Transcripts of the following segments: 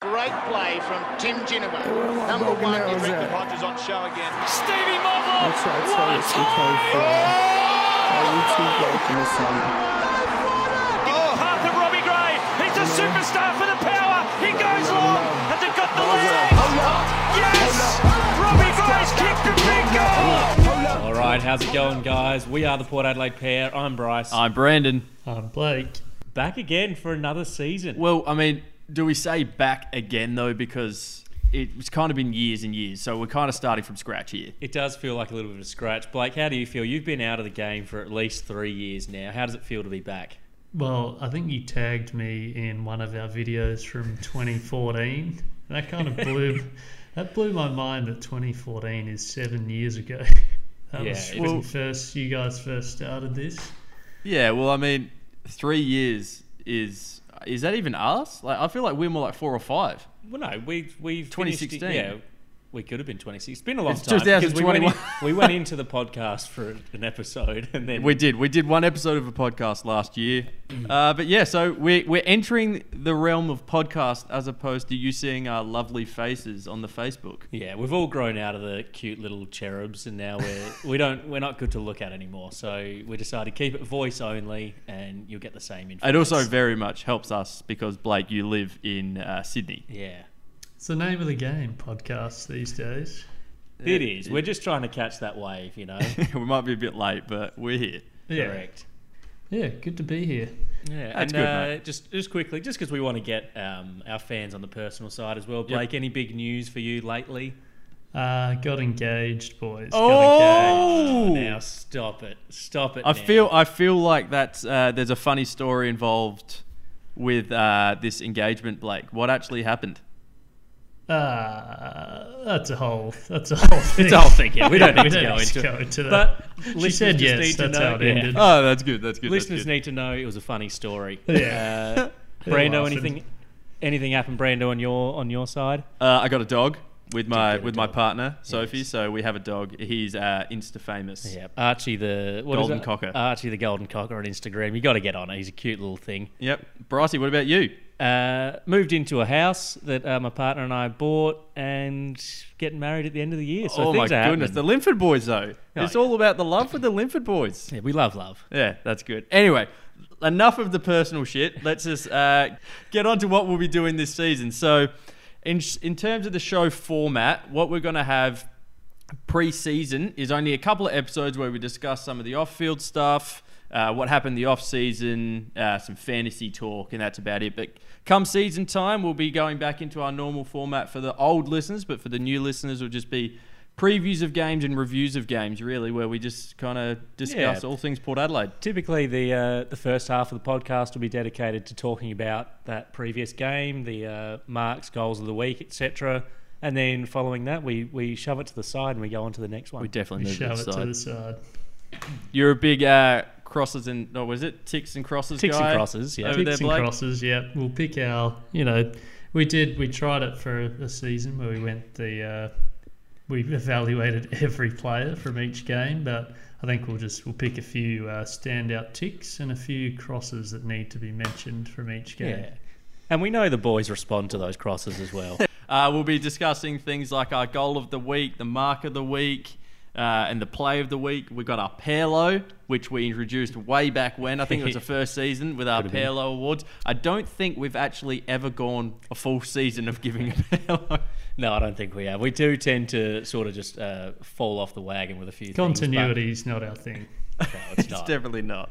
Great play from Tim Ginnivan. Oh, Number Morgan one, Arrow's Ricky out. Hodges on show again. Stevie Marvel. That's right, so what it's a okay for time! our YouTube like and this one. Path of Robbie Gray. He's a superstar for the power. He goes long. Has it got the legs? Yes! Robbie Gray's kicked a big goal. All right, how's it going, guys? We are the Port Adelaide pair. I'm Bryce. I'm Brandon. Um, Blake. back again for another season. Well, I mean, do we say back again though? Because it's kind of been years and years, so we're kind of starting from scratch here. it does feel like a little bit of a scratch. Blake, how do you feel? You've been out of the game for at least three years now. How does it feel to be back? Well, I think you tagged me in one of our videos from 2014. That kind of blew that blew my mind that 2014 is seven years ago. That Yeah, was it when was- first you guys first started this. Yeah. Well, I mean, three years is is that even us? Like, I feel like we're more like four or five. Well, no, we we 2016. Yeah, we could have been 26. It's been a long It's time. because we went in- 2021. we went into the podcast for an episode, and then We did. We did one episode of a podcast last year. Uh, but yeah, so we're, we're entering the realm of podcast as opposed to you seeing our lovely faces on the Facebook. Yeah, we've all grown out of the cute little cherubs, and now we're we don't we're not good to look at anymore. So we decided to keep it voice only, and you'll get the same info. It also very much helps us because, Blake, you live in uh, Sydney. yeah, It's the name of the game, podcasts these days. it is. We're just trying to catch that wave, you know. we might be a bit late, but we're here. Yeah, Correct. yeah, good to be here. Yeah, That's and good, uh, mate. just just quickly, just because we want to get um, our fans on the personal side as well. Blake, any big news for you lately? Uh, got engaged, boys. Oh! Uh, now stop it, stop it. I now. feel I feel like that's uh, there's a funny story involved with uh, this engagement, Blake. What actually happened? Got engaged. Uh, that's a whole. That's a whole thing. it's all thinking. We don't Yeah, need to go need into go it. into that. But she listeners said just yes. need to That's know- how it yeah. ended. Oh, that's good. That's good. Listeners need to know it was a funny story. Yeah. Uh, They're Brando, laughing. anything, anything happened, Brando, on your on your side? Uh, I got a dog with my get a with my dog. partner Sophie. So we have a dog. He's uh, insta famous. Yeah, Archie the what is Golden it? Cocker. Archie the golden cocker on Instagram. You got to get on it. He's a cute little thing. Yep. Brycey, what about you? Uh, moved into a house that uh, my partner and I bought, and getting married at the end of the year. So oh my things are goodness, the happening. Linford boys though. Oh, it's yeah. all about the love for the Linford boys. Yeah, we love love. Yeah, that's good. Anyway, enough of the personal shit. Let's just uh, get on to what we'll be doing this season. So, in in terms of the show format, what we're gonna have pre-season is only a couple of episodes where we discuss some of the off-field stuff, uh, what happened the off-season, uh, some fantasy talk, and that's about it. But come season time, we'll be going back into our normal format for the old listeners, but for the new listeners, it'll just be previews of games and reviews of games, really, where we just kind of discuss Yeah. all things Port Adelaide. Typically, the uh, the first half of the podcast will be dedicated to talking about that previous game, the uh, marks, goals of the week, etc. And then following that, we, we shove it to the side and we go on to the next one. We definitely move Shove to it the to side. the side. You're a big uh, crosses and no, was it ticks and crosses Ticks and guy? crosses, yeah. Over Ticks there, Picks and Blake? crosses. Yeah, we'll pick our. You know, we did. We tried it for a season where we went the. Uh, we evaluated every player from each game, but I think we'll just we'll pick a few uh, standout ticks and a few crosses that need to be mentioned from each game. yeah. And we know the boys respond to those crosses as well. Uh, we'll be discussing things like our goal of the week, the mark of the week, uh, and the play of the week. We've got our Pairlo, which we introduced way back when. I think it was the first season with our Pairlo awards. I don't think we've actually ever gone a full season of giving a Pairlo. no, I don't think we have. We do tend to sort of just uh, fall off the wagon with a few things, but- Continuity is not our thing. no, it's it's not. definitely not.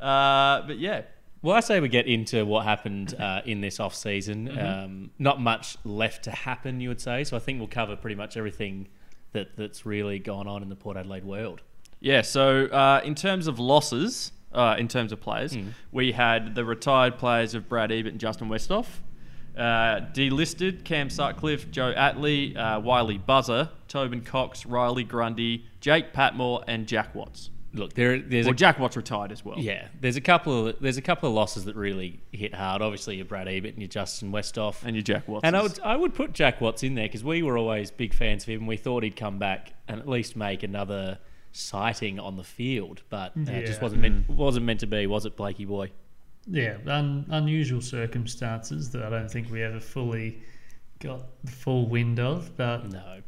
Uh, but yeah, Well, I say we get into what happened uh, in this off season. Mm-hmm. Um, not much left to happen, you would say. So I think we'll cover pretty much everything that, that's really gone on in the Port Adelaide world. Yeah, so uh, in terms of losses, uh, in terms of players, Hmm. we had the retired players of Brad Ebert and Justin Westhoff, uh, delisted Cam Sutcliffe, Joe Atley, uh, Wiley Buzzer, Tobin Cox, Riley Grundy, Jake Patmore, and Jack Watts. Look, there, there's Well, a, Jack Watts retired as well. yeah, there's a couple of there's a couple of losses that really hit hard. Obviously, your Brad Ebert and your Justin Westhoff, And your Jack Watts. And I would, I would put Jack Watts in there because we were always big fans of him. We thought he'd come back and at least make another sighting on the field, but uh, it just Yeah. wasn't meant, Mm. wasn't meant to be, was it, Blakey boy? Yeah, un- unusual circumstances that I don't think we ever fully got the full wind of, but No.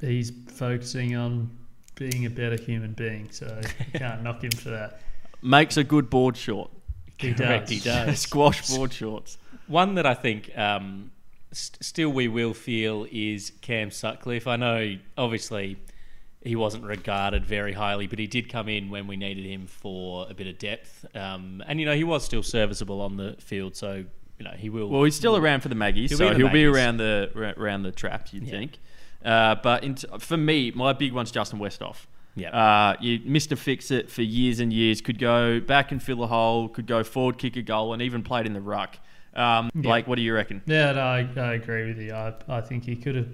he's focusing on being a better human being, so you can't knock him for that. Makes a good board short. He Correct, he does. Squash board shorts. One that I think um, st- still we will feel is Cam Sutcliffe. I know, obviously, he wasn't regarded very highly, but he did come in when we needed him for a bit of depth. Um, and, you know, he was still serviceable on the field, so, you know, he will. Well, he's still around for the Maggies, He'll be in so the he'll be Maggies. around the ra- around the traps. You'd think. Uh, but in t- for me, my big one's Justin Westhoff. Yeah. Uh, you Mr. Fix It for years and years. Could go back and fill a hole. Could go forward, kick a goal, and even played in the ruck. Um, Blake, what do you reckon? Yeah, no, I, I agree with you. I, I think he could have,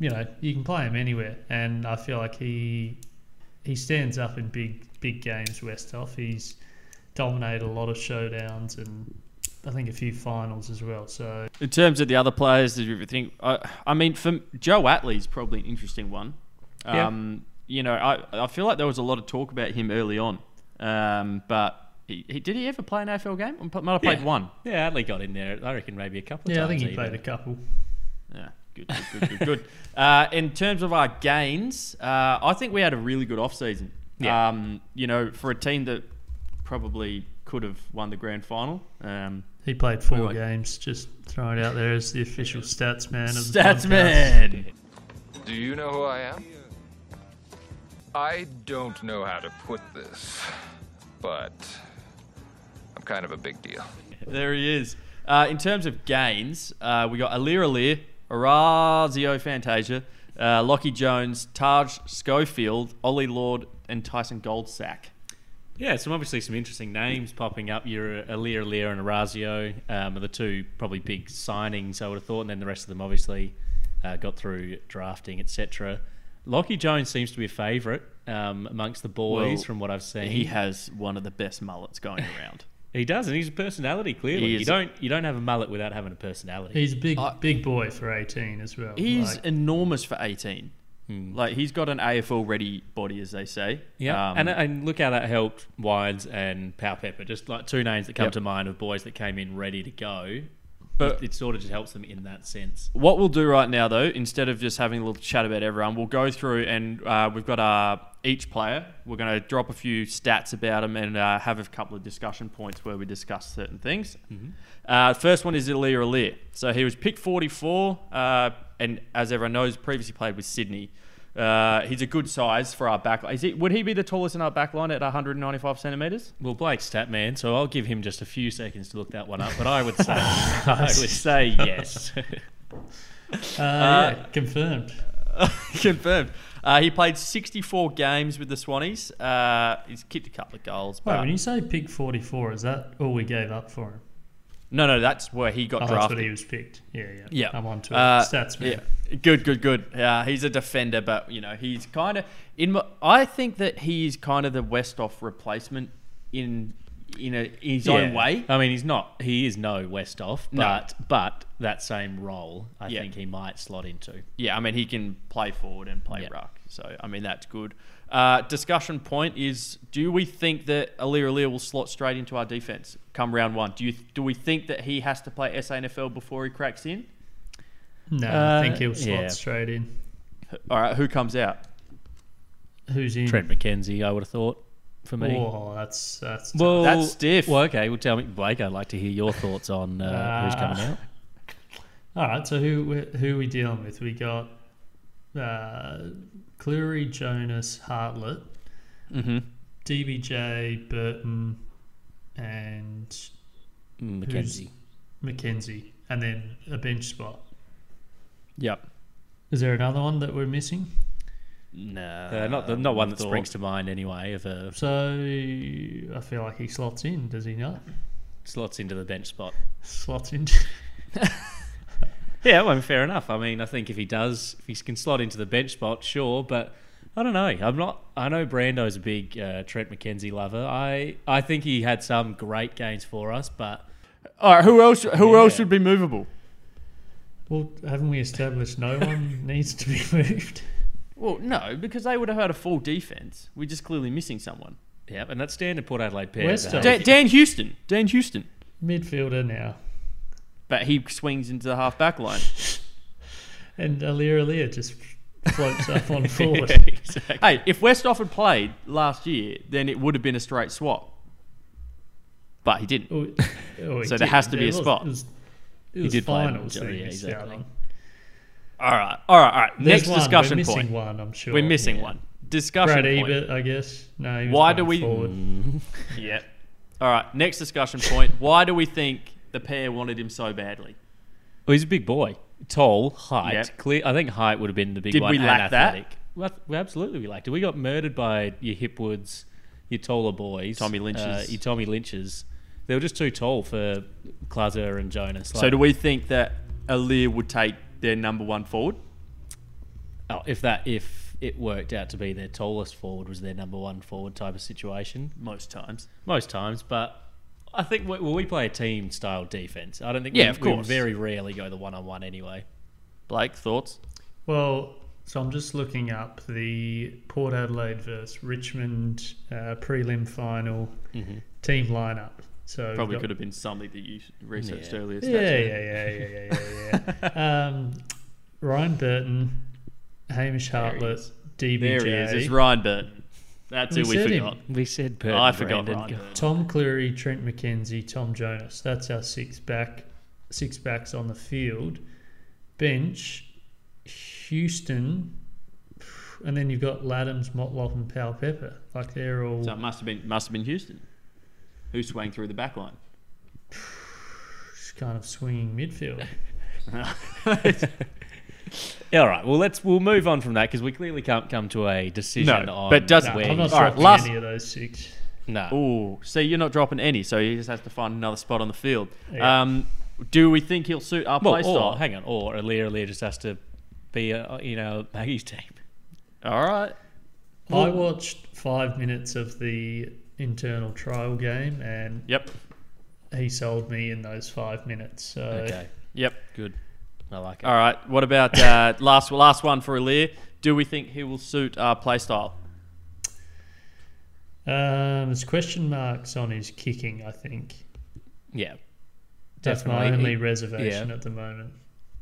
you know, you can play him anywhere, and I feel like he he stands up in big big games. Westhoff, he's dominated a lot of showdowns and I think a few finals as well. So In terms of the other players, did you think? I, I mean, for Joe Atley's probably an interesting one. Yeah. Um, you know, I, I feel like there was a lot of talk about him early on, um, but he, he, did he ever play an AFL game? Might have played Yeah. one. Yeah, Adley got in there, I reckon, maybe a couple of yeah, I times. think he even. played a couple. Yeah, good, good, good, good. good. Uh, in terms of our gains, uh, I think we had a really good off-season. Yeah. Um, you know, for a team that probably could have won the grand final. Um, He played four Alright. games. Just throwing it out there as the official stats man. Of the podcast. Statsman! Do you know who I am? I don't know how to put this, but I'm kind of a big deal. There he is. Uh, in terms of gains, uh, we got Alir Alir, Orazio Fantasia, uh, Lockie Jones, Taj Schofield, Ollie Lord, and Tyson Goldsack. Yeah, some obviously some interesting names popping up. You're Alir Alir and Orazio um, are the two probably big signings I would have thought, and then the rest of them obviously uh, got through drafting, etc. Lockie Jones seems to be a favourite um, amongst the boys Well, from what I've seen. He has one of the best mullets going around. He does, and he's a personality He clearly. You is. don't you don't have a mullet without having a personality. He's a big I- big boy for eighteen as well. He's Like, enormous for 18. Like, he's got an AFL ready body, as they say. Hmm. Yeah, Um, and and look how that helped Wines and Pow Pepper. Just like two names that come Yep. to mind of boys that came in ready to go. But- But it sort of just helps them in that sense. What we'll do right now, though, instead of just having a little chat about everyone, we'll go through and uh, we've got uh, each player. We're going to drop a few stats about them and uh, have a couple of discussion points where we discuss certain things. Mm-hmm. Uh, first one is Ilir Alir. So he was pick 44, uh, and as everyone knows, previously played with Sydney. Uh, he's a good size for our back line. Is he, would he be the tallest in our back line at 195 centimetres? Well, Blake's stat man, so I'll give him just a few seconds to look that one up. But I would say, I would say yes. uh, yeah, confirmed. Confirmed. Uh, he played 64 games with the Swannies. Uh, he's kicked a couple of goals. Wait, but- when you say pick forty four, is that all we gave up for him? No, no, that's where he got Oh, that's drafted. what he was picked. Yeah, yeah. yeah, I'm on to it. Uh, Stats man. Yeah, good, good, good. Uh, he's a defender, but you know he's kind of in. My, I think that he's kind of the Westhoff replacement in in a in his own Yeah. way. I mean, he's not. He is no Westhoff, No. but but that same role, I Yeah. think he might slot into. Yeah, I mean he can play forward and play Yeah. ruck, so I mean that's good. Uh, discussion point is: Do we think that Alir Alir will slot straight into our defense come round one? Do you do we think that he has to play SANFL before he cracks in? No, Uh, I think he'll slot yeah. straight in. All right, who comes out? Who's in? Trent Mm. McKenzie, I would have thought for me. Oh, that's that's. well, That's stiff. Well, okay. Well, tell me, Blake. I'd like to hear your thoughts on uh, who's coming out. all right. So who we- who we dealing with? We got uh, Cleary, Jonas, Hartlett, Mm-hmm. DBJ, Burton, and McKenzie. McKenzie, and then a bench spot. Yep. Is there another one that we're missing? No, Uh, not the, not one that springs to mind anyway. Of uh, a So I feel like he slots in, does he not? slots into the bench spot. Slots in. Yeah, well, I mean, fair enough. I mean, I think if he does, if he can slot into the bench spot, sure. But I don't know. I'm not. I know Brando's a big uh, Trent McKenzie lover. I I think he had some great games for us, but All right, who else? Who else Yeah. would be movable? well, haven't we established no one needs to be moved? Well, no, because they would have had a full defense. We're just clearly missing someone. yeah. And that's standard Port Adelaide pair. West that- Ham. Dan, Dan Houston. Dan Houston. Midfielder now. but he swings into the half back line. And Alir Alir just floats up on forward. Hey, if Westhoff had played last year, then it would have been a straight swap. But he didn't. Oh, oh, So it there has to did- be a it was- spot. It was, it did was play him. finals. Yeah, that he yeah, missed out exactly. on. All right, all right, all right. There's Next one, discussion we're missing point. One, I'm sure. We're missing Yeah. one. Discussion Brad point. Ebert, I guess. No. He was Why do playing we- Forward. Yeah. All right. Next discussion point. Why do we think the pair wanted him so badly? Well, he's a big boy, tall, height. Yep. Clear. I think height would have been the big Did one. we and lack that? athletic. Well, ath- well, absolutely, we lacked it. We got murdered by your Hipwoods, your taller boys, Tommy Lynch's. uh, your Tommy Lynch's. They were just too tall for Clazer and Jonas. So do we think that Alir would take their number one forward? Oh, if that if it worked out to be their tallest forward was their number one forward type of situation Most times. most times, but. I think we, well, we play a team style defense. I don't think Yeah, we, of we course. very rarely go the one on one anyway. Blake, thoughts? Well, so I'm just looking up the Port Adelaide versus Richmond uh, prelim final team lineup. So we've Mm-hmm. Probably got- could have been something that you researched Yeah. earlier. Yeah, yeah, yeah, yeah, yeah, yeah. yeah. um, Ryan Burton, Hamish Hartlett, DBJ. There he is. It's Ryan Burton. That's who We we said him. forgot. We said Burton, I forgot Brandon. Ryan Burton. Tom Cleary, Trent McKenzie, Tom Jonas. That's our six back, six backs on the field. Bench, Houston, and then you've got Laddams, Motlop, and Powell Pepper. Like they're all So it must have been must have been Houston, who swang through the back line. just kind of swinging midfield. Yeah, all right. Well, let's we'll move on from that because we clearly can't come to a decision. No, on but doesn't- No, where I'm not All right, dropping last- any of those six. no. Oh, see, you're not dropping any, so he just has to find another spot on the field. Yeah. Um, do we think he'll suit our Well, oh, play or style? hang on, or Alia Alia just has to be uh, you know Maggie's team. All right. I watched five minutes of the internal trial game, and Yep. he sold me in those five minutes. So Okay, Yep. good. I like it. All right. What about uh, last last one for Alir? Do we think he will suit our play style? um, there's question marks on his kicking. I think Yeah, that's my Definitely. only He- reservation yeah. at the moment.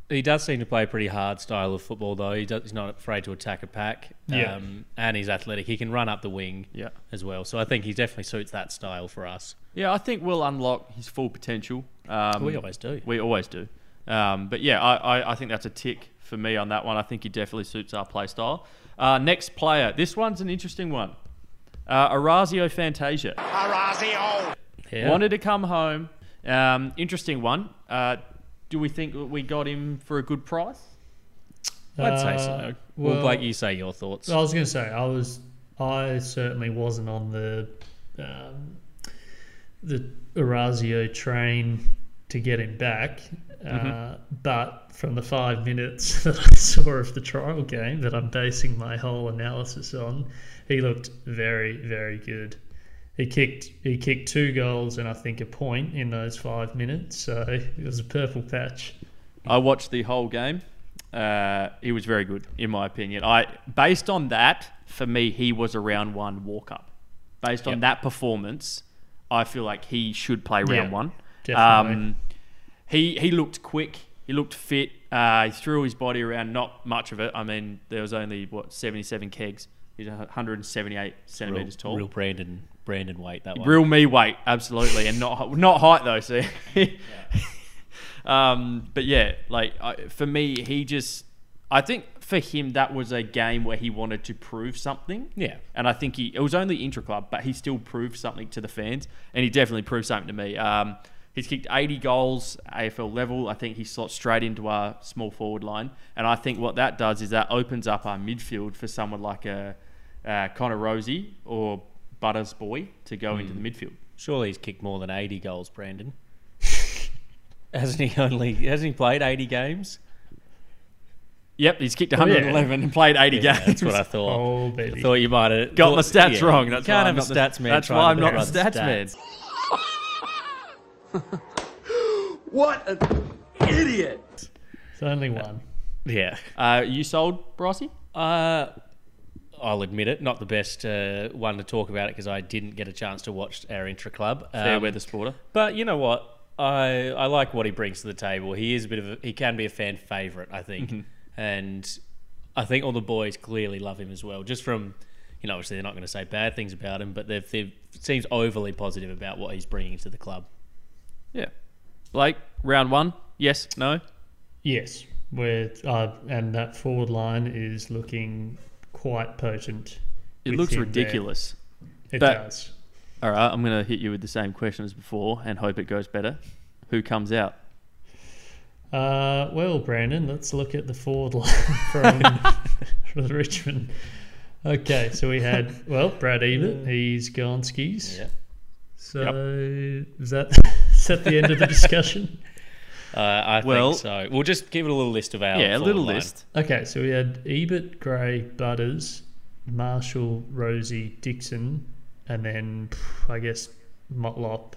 he does seem to play a pretty hard style of football though. He does, he's not afraid to attack a pack. Yeah. Um, and he's athletic. He can run up the wing Yeah. as well. So I think he definitely suits that style for us. Yeah, I think we'll unlock his full potential. Um, We always do. We always do. Um, but yeah, I, I, I think that's a tick for me on that one. I think he definitely suits our play style. Uh, next player. This one's an interesting one. Uh, Orazio Fantasia. Arazio. Yeah. Wanted to come home. Um, interesting one. Uh, do we think that we got him for a good price? I'd say Uh, so. well, well- oh, Blake, you say your thoughts. I was going to say I was I certainly wasn't on the um, the Orazio train to get him back. Uh, but from the five minutes that I saw of the trial game that I'm basing my whole analysis on, he looked very, very good. He kicked he kicked two goals and I think a point in those five minutes, so it was a purple patch. I watched the whole game. Uh, he was very good, in my opinion. I based on that, for me, he was a round one walk up. Based on that performance, I feel like he should play round Yeah, one. Um, definitely. he he looked quick. He looked fit. Uh, he threw his body around. Not much of it. I mean, there was only what seventy seven kegs. He's one hundred and seventy eight real, centimeters tall. real Brandon Brandon weight that one. Real me weight, absolutely, and not hei- not height though. See, um, but yeah, like I, for me, he just, I think for him that was a game where he wanted to prove something. Yeah. and I think he it was only intra club, but he still proved something to the fans, and he definitely proved something to me. Um, he's kicked 80 goals AFL level. I think he slots straight into our small forward line, and I think what that does is that opens up our midfield for someone like a uh, Connor Rosie or Butters Boy to go into the Hmm. midfield. Surely he's kicked more than eighty goals, Brandon. hasn't he only hasn't he played eighty games? Yep, he's kicked 111 and played 80 games. That's what I thought. Oh baby. I thought you might have Got thought- my stats yeah. wrong. That's you can't why I'm have a not stats the- man. That's trying why to I'm not the run stats, man. What an idiot! It's only one. Yeah, Uh, you sold Brossie? uh, I'll admit it. Not the best uh, one to talk about it because I didn't get a chance to watch our intra club. Um, Fair weather sporter. but you know what? I I like what he brings to the table. He is a bit of a, he can be a fan favorite, I think, Mm-hmm. and I think all the boys clearly love him as well. Just from you know, obviously they're not going to say bad things about him, but they've, they've seems overly positive about what he's bringing to the club. Yeah. Blake, round one. Yes, no. Yes, where uh, and that forward line is looking quite potent. It with looks him there. ridiculous. It But- does. All right, I'm going to hit you with the same question as before and hope it goes better. Who comes out? Uh, well, Brandon, let's look at the forward line from, from Richmond. Okay, so we had well Brad Ebert, he's gone skis. Yeah. So is that is that the end of the discussion? Uh, I Well- think so. We'll just give it a little list of our yeah, a forward little line. list. Okay, so we had Ebert, Gray, Butters, Marshall, Rosie, Dixon, and then pff, I guess Motlop,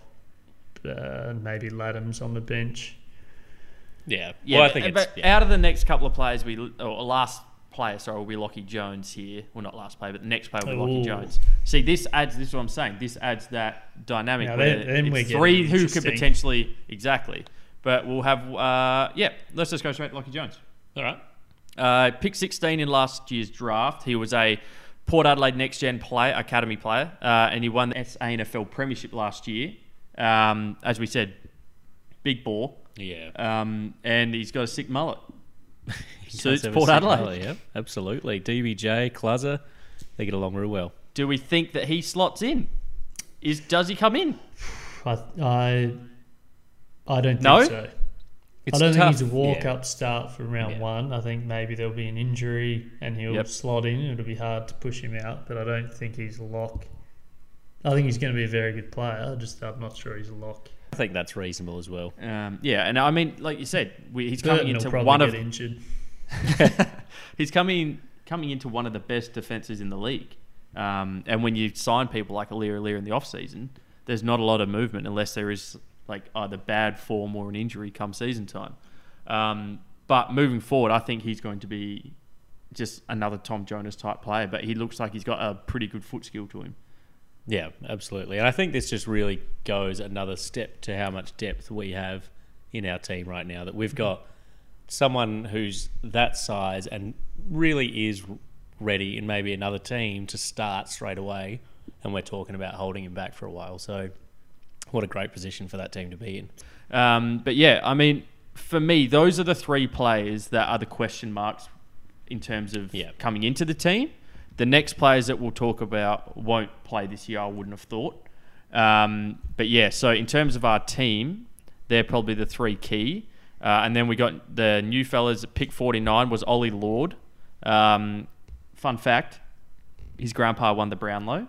uh, maybe Laddams on the bench. Yeah, Yeah, well, I think but- it's but yeah. out of the next couple of players, we or last player, sorry, will be Lockie Jones here. Well, not last player, but the next player will be Lockie Ooh. Jones. See, this adds. This is what I'm saying. This adds that dynamic. Now where then- then it's we're getting three who could interesting. potentially exactly. But we'll have. Uh, yeah, let's just go straight to Lockie Jones. all right. Uh, pick 16 in last year's draft. He was a Port Adelaide Next Gen player, academy player, uh, and he won the SANFL Premiership last year. Um, as we said, big ball, Yeah, um, and he's got a sick mullet. Does Suits have a Port sick Adelaide. colour, yeah, absolutely. DBJ, Cluzzer, they get along real well. Do we think that he slots in? Is does he come in? I I, I don't think No? so. It's I don't tough. think he's a walk yeah. up start from round one. I think maybe there'll be an injury and he'll Yep. slot in. It'll be hard to push him out, but I don't think he's a lock. I think he's going to be a very good player. I just I'm not sure he's a lock. I think that's reasonable as well. Um, yeah, and I mean, like you said, we, he's coming Burton will into probably one get of injured. he's coming coming into one of the best defenses in the league. Um, and when you sign people like Alir Alir in the offseason, there's not a lot of movement unless there is like either bad form or an injury come season time. Um, but moving forward, I think he's going to be just another Tom Jonas type player. But he looks like he's got a pretty good foot skill to him. Yeah, absolutely. And I think this just really goes another step to how much depth we have in our team right now. That we've got someone who's that size and really is ready in maybe another team to start straight away. And we're talking about holding him back for a while. So, what a great position for that team to be in. Um, but yeah, I mean, for me, those are the three players that are the question marks in terms of Yeah. coming into the team. The next players that we'll talk about won't play this year, I wouldn't have thought. Um, but yeah, so in terms of our team, they're probably the three key. Uh, and then we got the new fellas at pick 49 was Ollie Lord. Um, fun fact, his grandpa won the Brownlow.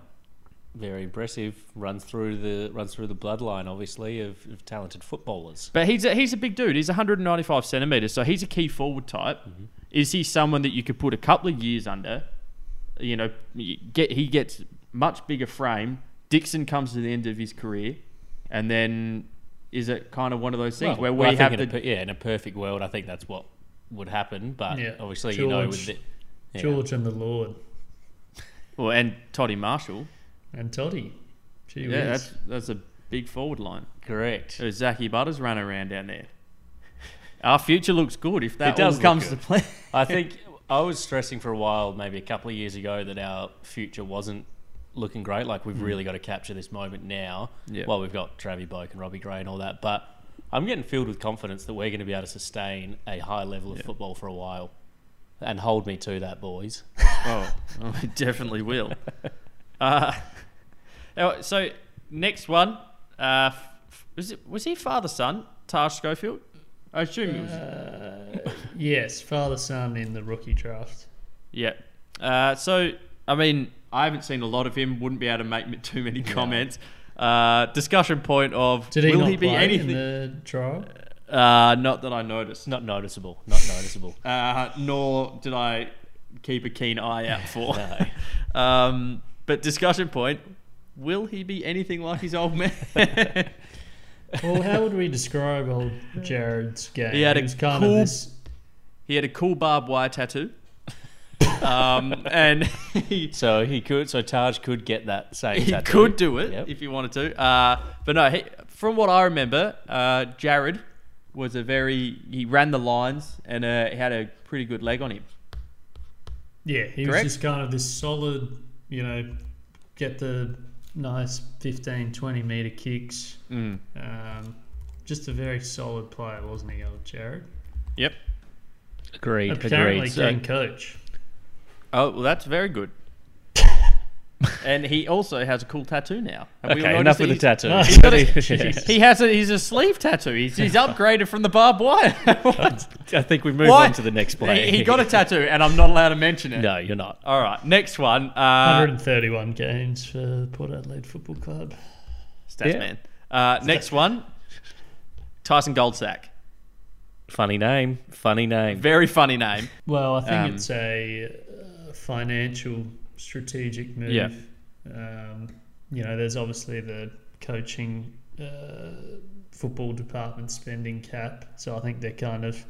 Very impressive. Runs through the runs through the bloodline, obviously, of, of talented footballers. But he's a, he's a big dude. He's 195 centimeters, so he's a key forward type. Mm-hmm. Is he someone that you could put a couple of years under? You know, you get he gets much bigger frame. Dixon comes to the end of his career, and then is it kind of one of those things where we I think have in a the per- yeah, in a perfect world, I think that's what would happen. But Yeah. obviously, you know, with George. the, yeah. George and the Lord well, and Toddy Marshall? and Toddy. Gee Yeah, whiz. that's that's a big forward line. correct. So Zachy Butters running around down there. Our future looks good if that It does all look comes to good. play. I think I was stressing for a while, maybe a couple of years ago, that our future wasn't looking great. Like we've really got to capture this moment now. Yeah. While we've got Travie Boak and Robbie Gray and all that, but I'm getting filled with confidence that we're going to be able to sustain a high level of football for a while, and hold me to that, boys. Oh, well, it definitely will. Uh, now, so next one, uh, f- f- was it was he father son Tash Schofield? I assume it Uh. was. yes, father son in the rookie draft. Yeah. Uh, so I mean, I haven't seen a lot of him. Wouldn't be able to make m- too many comments. Uh, discussion point of Did he will not he be play anything? in the trial? uh, not that I noticed. Not noticeable. Not noticeable. uh, nor did I keep a keen eye out for. um, but discussion point: Will he be anything like his old man? Well, how would we describe old Jared's game? He had a was kind cool- of this he had a cool barbed wire tattoo, um, and he, So he could. So Taj could get that same. he tattoo. could do it Yep. if he wanted to. Uh, but no, he, from what I remember, uh, Jared was a very he ran the lines and uh, he had a pretty good leg on him. Yeah, he Correct? was just kind of this solid, you know, get the nice 15, 20 meter kicks. Mm. Um, just a very solid player, wasn't he, old Jared? Yep. Agreed. Apparently, Agreed. so- can coach. Oh well, that's very good. and he also has a cool tattoo now. Have we all Okay, noticed enough that with the he's- tattoo. he's got He has a he's a sleeve tattoo. He's, he's upgraded from the barbed wire. What? I think we move Why? on to the next player. He, he got a tattoo, and I'm not allowed to mention it. No, you're not. All right, next one. Uh, 131 games for the Port Adelaide Football Club. stats Yeah. man. Uh, next one. Tyson Goldsack. Funny name. Funny name. Very funny name. Well, I think Um, it's a uh, financial strategic move. Yeah. Um, you know, there's obviously the coaching uh, football department spending cap, so I think they're kind of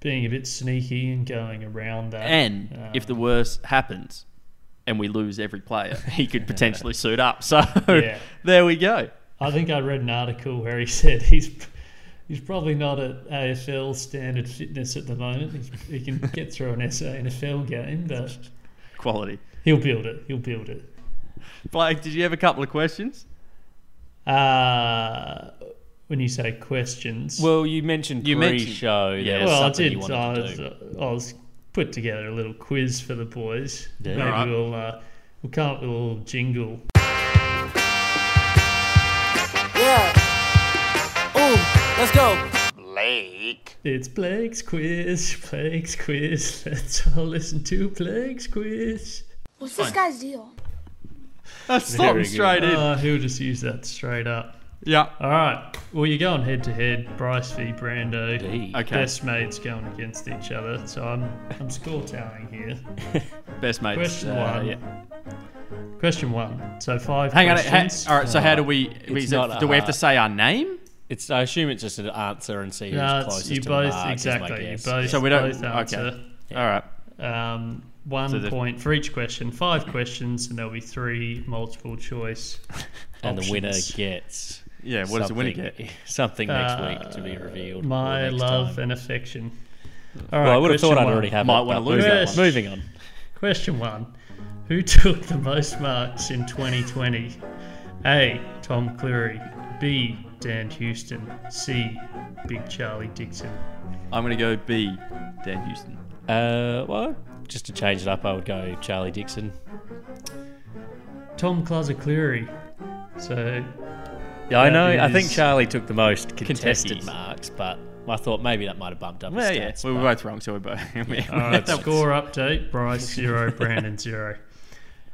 being a bit sneaky and going around that. And if the worst happens, and we lose every player, he could potentially suit up. So Yeah. there we go. I think I read an article where he said he's he's probably not at AFL standard fitness at the moment. He's, he can get through an SANFL game, but Quality. he'll build it. He'll build it. Blake, did you have a couple of questions? Uh, when you say questions, Well, you mentioned You mentioned- pre-show. Yeah. there was Well, I something you did. wanted I to was, do. I was put together a little quiz for the boys. Maybe Alright. we'll uh, we'll come up with a little jingle. uh, Blake. It's Blake's quiz. Blake's quiz. Let's all listen to Blake's quiz. What's this guy's deal? That's slotting straight in. Uh, he'll just use that straight up. yeah. All right. Well, you're going head to head. Bryce v. Brando. Okay. Best, Best mates going against each other. So I'm I'm score tallying here. mates. Question Uh, one. yeah. Question one. So five Hang on. Ha- questions. all right. So how do we? we not a do we have to hard- say our name? It's. I assume it's just an answer and see who's No, it's, closest you to the both mark. Is my exactly. You guess. both. So we don't. Both Okay. answer. All right. Um, one the- point for each question. Five questions, and there'll be three multiple choice. and the winner options. gets. Yeah. What does the winner get? something- Something next week to be Uh, revealed. My or next love time. and affection. All right. Well, I would have thought question I'd one. already have Might it. wanna but lose moving that on. one. Moving on. Question one: Who took the most marks in 2020? A. Tom Cleary. B. Dan Houston. C. Big Charlie Dixon. I'm gonna go B. Dan Houston. Uh, well, just to change it up, I would go Charlie Dixon. Tom Clauser Cleary. So Yeah, I That know. I is think Charlie took the most contested Kentucky's. marks, but I thought maybe that might have bumped up his Well, yeah. stats. We were but- both wrong, so we're both. we- All right, score update. Bryce zero, Brandon zero.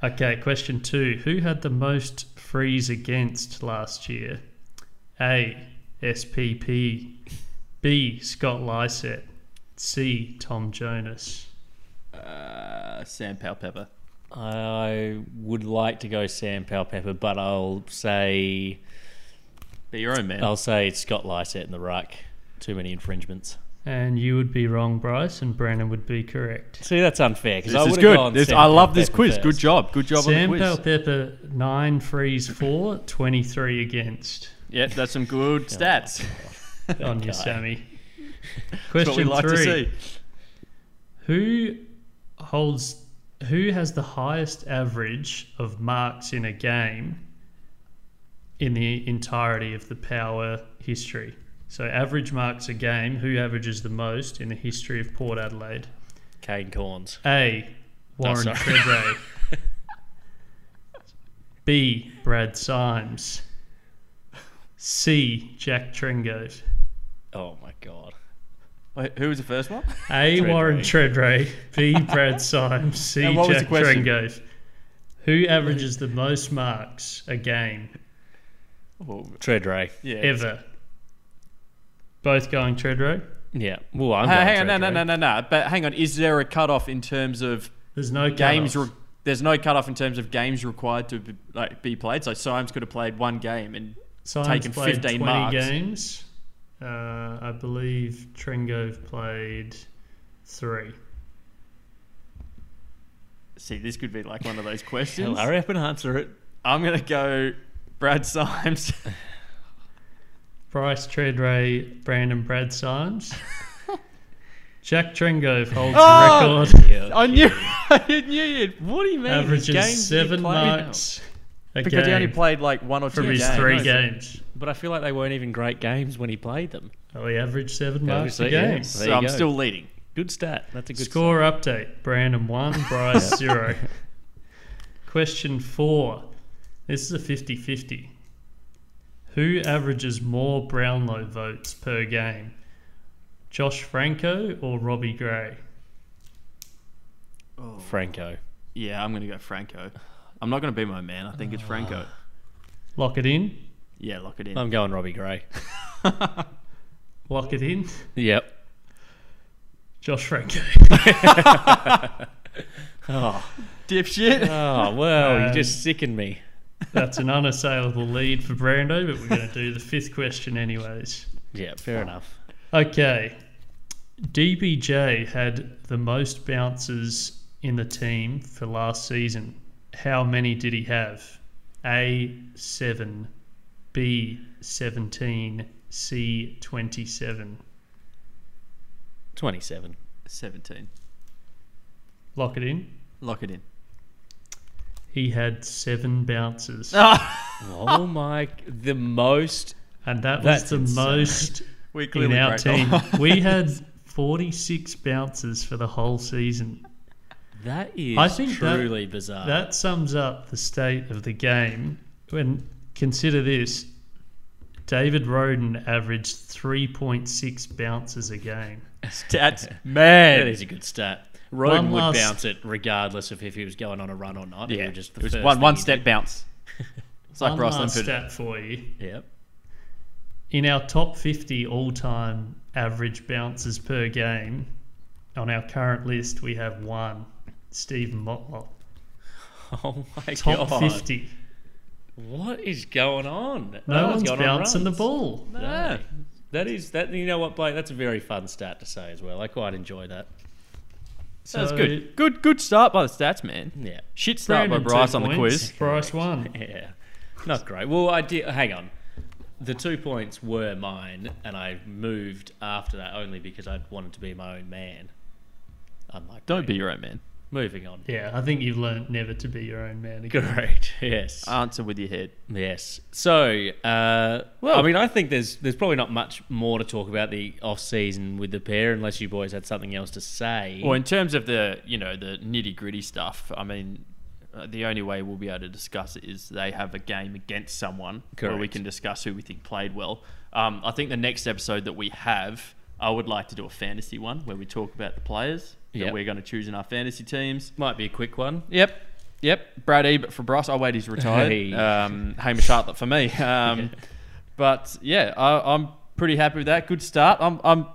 Okay, question two. Who had the most frees against last year? A. SPP. B. Scott Lysett. C. Tom Jonas. Uh, Sam Pepper. I would like to go Sam Palpepper, but I'll say Be your own man. I'll say Scott Lysett in the ruck. Too many infringements. And you would be wrong, Bryce, and Brandon would be correct. See, that's unfair because I this is would good. This, I love this quiz. Good job. Good job Sam on the quiz. Palpepper, nine frees for, 23 against Yeah, that's some good stats. on you, Sammy. That's what we Question like to three. see. Who holds who has the highest average of marks in a game in the entirety of the power history? So average marks a game, who averages the most in the history of Port Adelaide? Kane Corns. A. Warren sorry. Febray. B. Brad Symes. C. Jack Tringos. Oh my god. Wait, who was the first one? A. Warren Treadray. B. Brad Symes. C. And what was the Jack question? Trengove. Who averages the most marks a game Treadray. Yeah. ever? Both going Treadray. Yeah. Well, I'm Hey, going hang on, no, Treadray. no, no, no, no. But hang on, is there a cutoff in terms of There's no games? cutoff. Re- there's no cutoff in terms of games required to be, like be played. So Symes could have played one game, and Symes taken played 15 20 marks. games. Uh, I believe Trengove played three. see, this could be like one of those questions. Hell, hurry up and answer it. I'm gonna go Brad Symes. Bryce Treadray, Brandon Brad Symes. Jack Tringove holds Oh! the record, I knew, I knew you. What do you mean? His games he averages seven played- marks a Because he game only played like one or two from his games. three games. But I feel like they weren't even great games when he played them. Oh, he averaged seven marks a Obviously, yeah. game. So So there you I'm go. still leading. Good stat. That's a good score. Score update Brandon 1, Bryce 0. Question 4. This is a 50 50. Who averages more Brownlow votes per game? Josh Franco or Robbie Gray? Franco. Yeah, I'm going to go Franco. I'm not going to be my man. I think it's Franco. Lock it in. Yeah, lock it in. I'm going Robbie Gray. Lock it in. yep. Josh Franco. Dipshit. Oh well, Um, you just sickened me. That's an unassailable lead for Brando, but we're going to do the fifth question, anyways. Yeah, fair enough. Okay. DBJ had the most bounces in the team for last season. How many did he have? A seven, B seventeen, C twenty seven. Twenty-seven. 17. Lock it in. Lock it in. He had seven bounces, Oh my! The most. and that was That's the insane. most We in clearly our broke team. off. we had forty six bounces for the whole season. That is I think that- truly bizarre. That sums up the state of the game. When consider this, David Roden averaged 3.6 bounces a game. Stats. Man. that is a good stat. Roden One would last- bounce it regardless of if he was going on a run or not. Yeah, It was just the it was first one thing one he step bounce. It's like One Ross last Limford. stat for you. did. Yep. In our top 50 all-time average bounces per game, on our current list we have one, Stephen Motlop. Oh my Top god! 50. What is going on? No Oh, it's one's going on bouncing the runs. ball. No. Ah, That is that. You know what, Blake? That's a very fun stat to say as well. I quite enjoy that. So That's good. Good good start by the stats, man. Yeah. Shit start Brandon, by Bryce two on the points, quiz. Bryce won. Yeah, not great. Well, I did. Hang on. The two points were mine, and I moved after that only because I wanted to be my own man. Unlike Don't be me. your own man. moving on. Yeah, I think you've learned never to be your own man again. Correct. Yes. Answer with your head. yes. So, uh, well, I mean, I think there's there's probably not much more to talk about the off season with the pair, unless you boys had something else to say. Well, in terms of the you know the nitty gritty stuff, I mean, uh, the only way we'll be able to discuss it is they have a game against someone where we Correct. can discuss who we think played well. Um, I think the next episode that we have, I would like to do a fantasy one where we talk about the players Yep. that we're going to choose in our fantasy teams. Might be a quick one. Yep. Yep. Brad Ebert for Bryce. Oh, wait, he's retired. Hey. Um, Hamish Hartlett for me. Um, But yeah, I, I'm pretty happy with that. Good start. I'm, I'm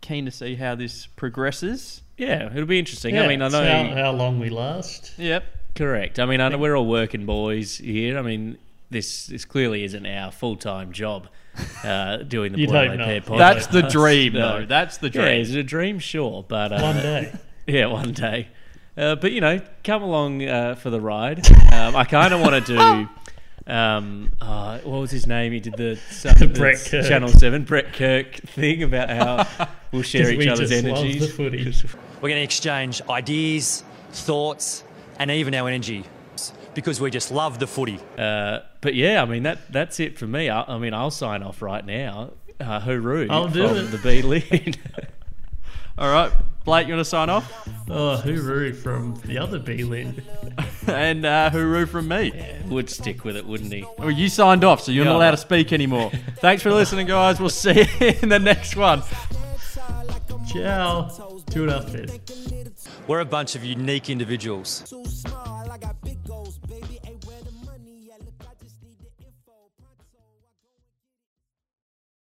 keen to see how this progresses. Yeah, it'll be interesting. I mean, I it's know. how, how long we last. Yep. Correct. I mean, I know we're all working boys here. I mean, this this clearly isn't our full time job. Uh, doing the You'd Boiler hope Pair not. podcast. That's the dream, though. No. That's the yeah, dream. it's a dream, sure, but uh, One day. yeah, one day. Uh, but you know, come along uh, for the ride. Um, I kind of want to do. Um, uh, what was his name? He did the, the Brett Kirk. Channel Seven Brett Kirk thing about how we'll share each we other's just energies. Love the footage. We're going to exchange ideas, thoughts, and even our energy because we just love the footy. But yeah, I mean that that's it for me. I, I mean, I'll sign off right now. Uh, hooroo! I'll do from it. The B lead. All right. Blake, you want to sign off? Oh, hooroo from the other B-Lin. And uh, hooroo from me. Would stick with it, wouldn't he? Well, you signed off, so you're not allowed to speak anymore. Thanks for listening, guys. We'll see you in the next one. Ciao. Do it up there. We're a bunch of unique individuals.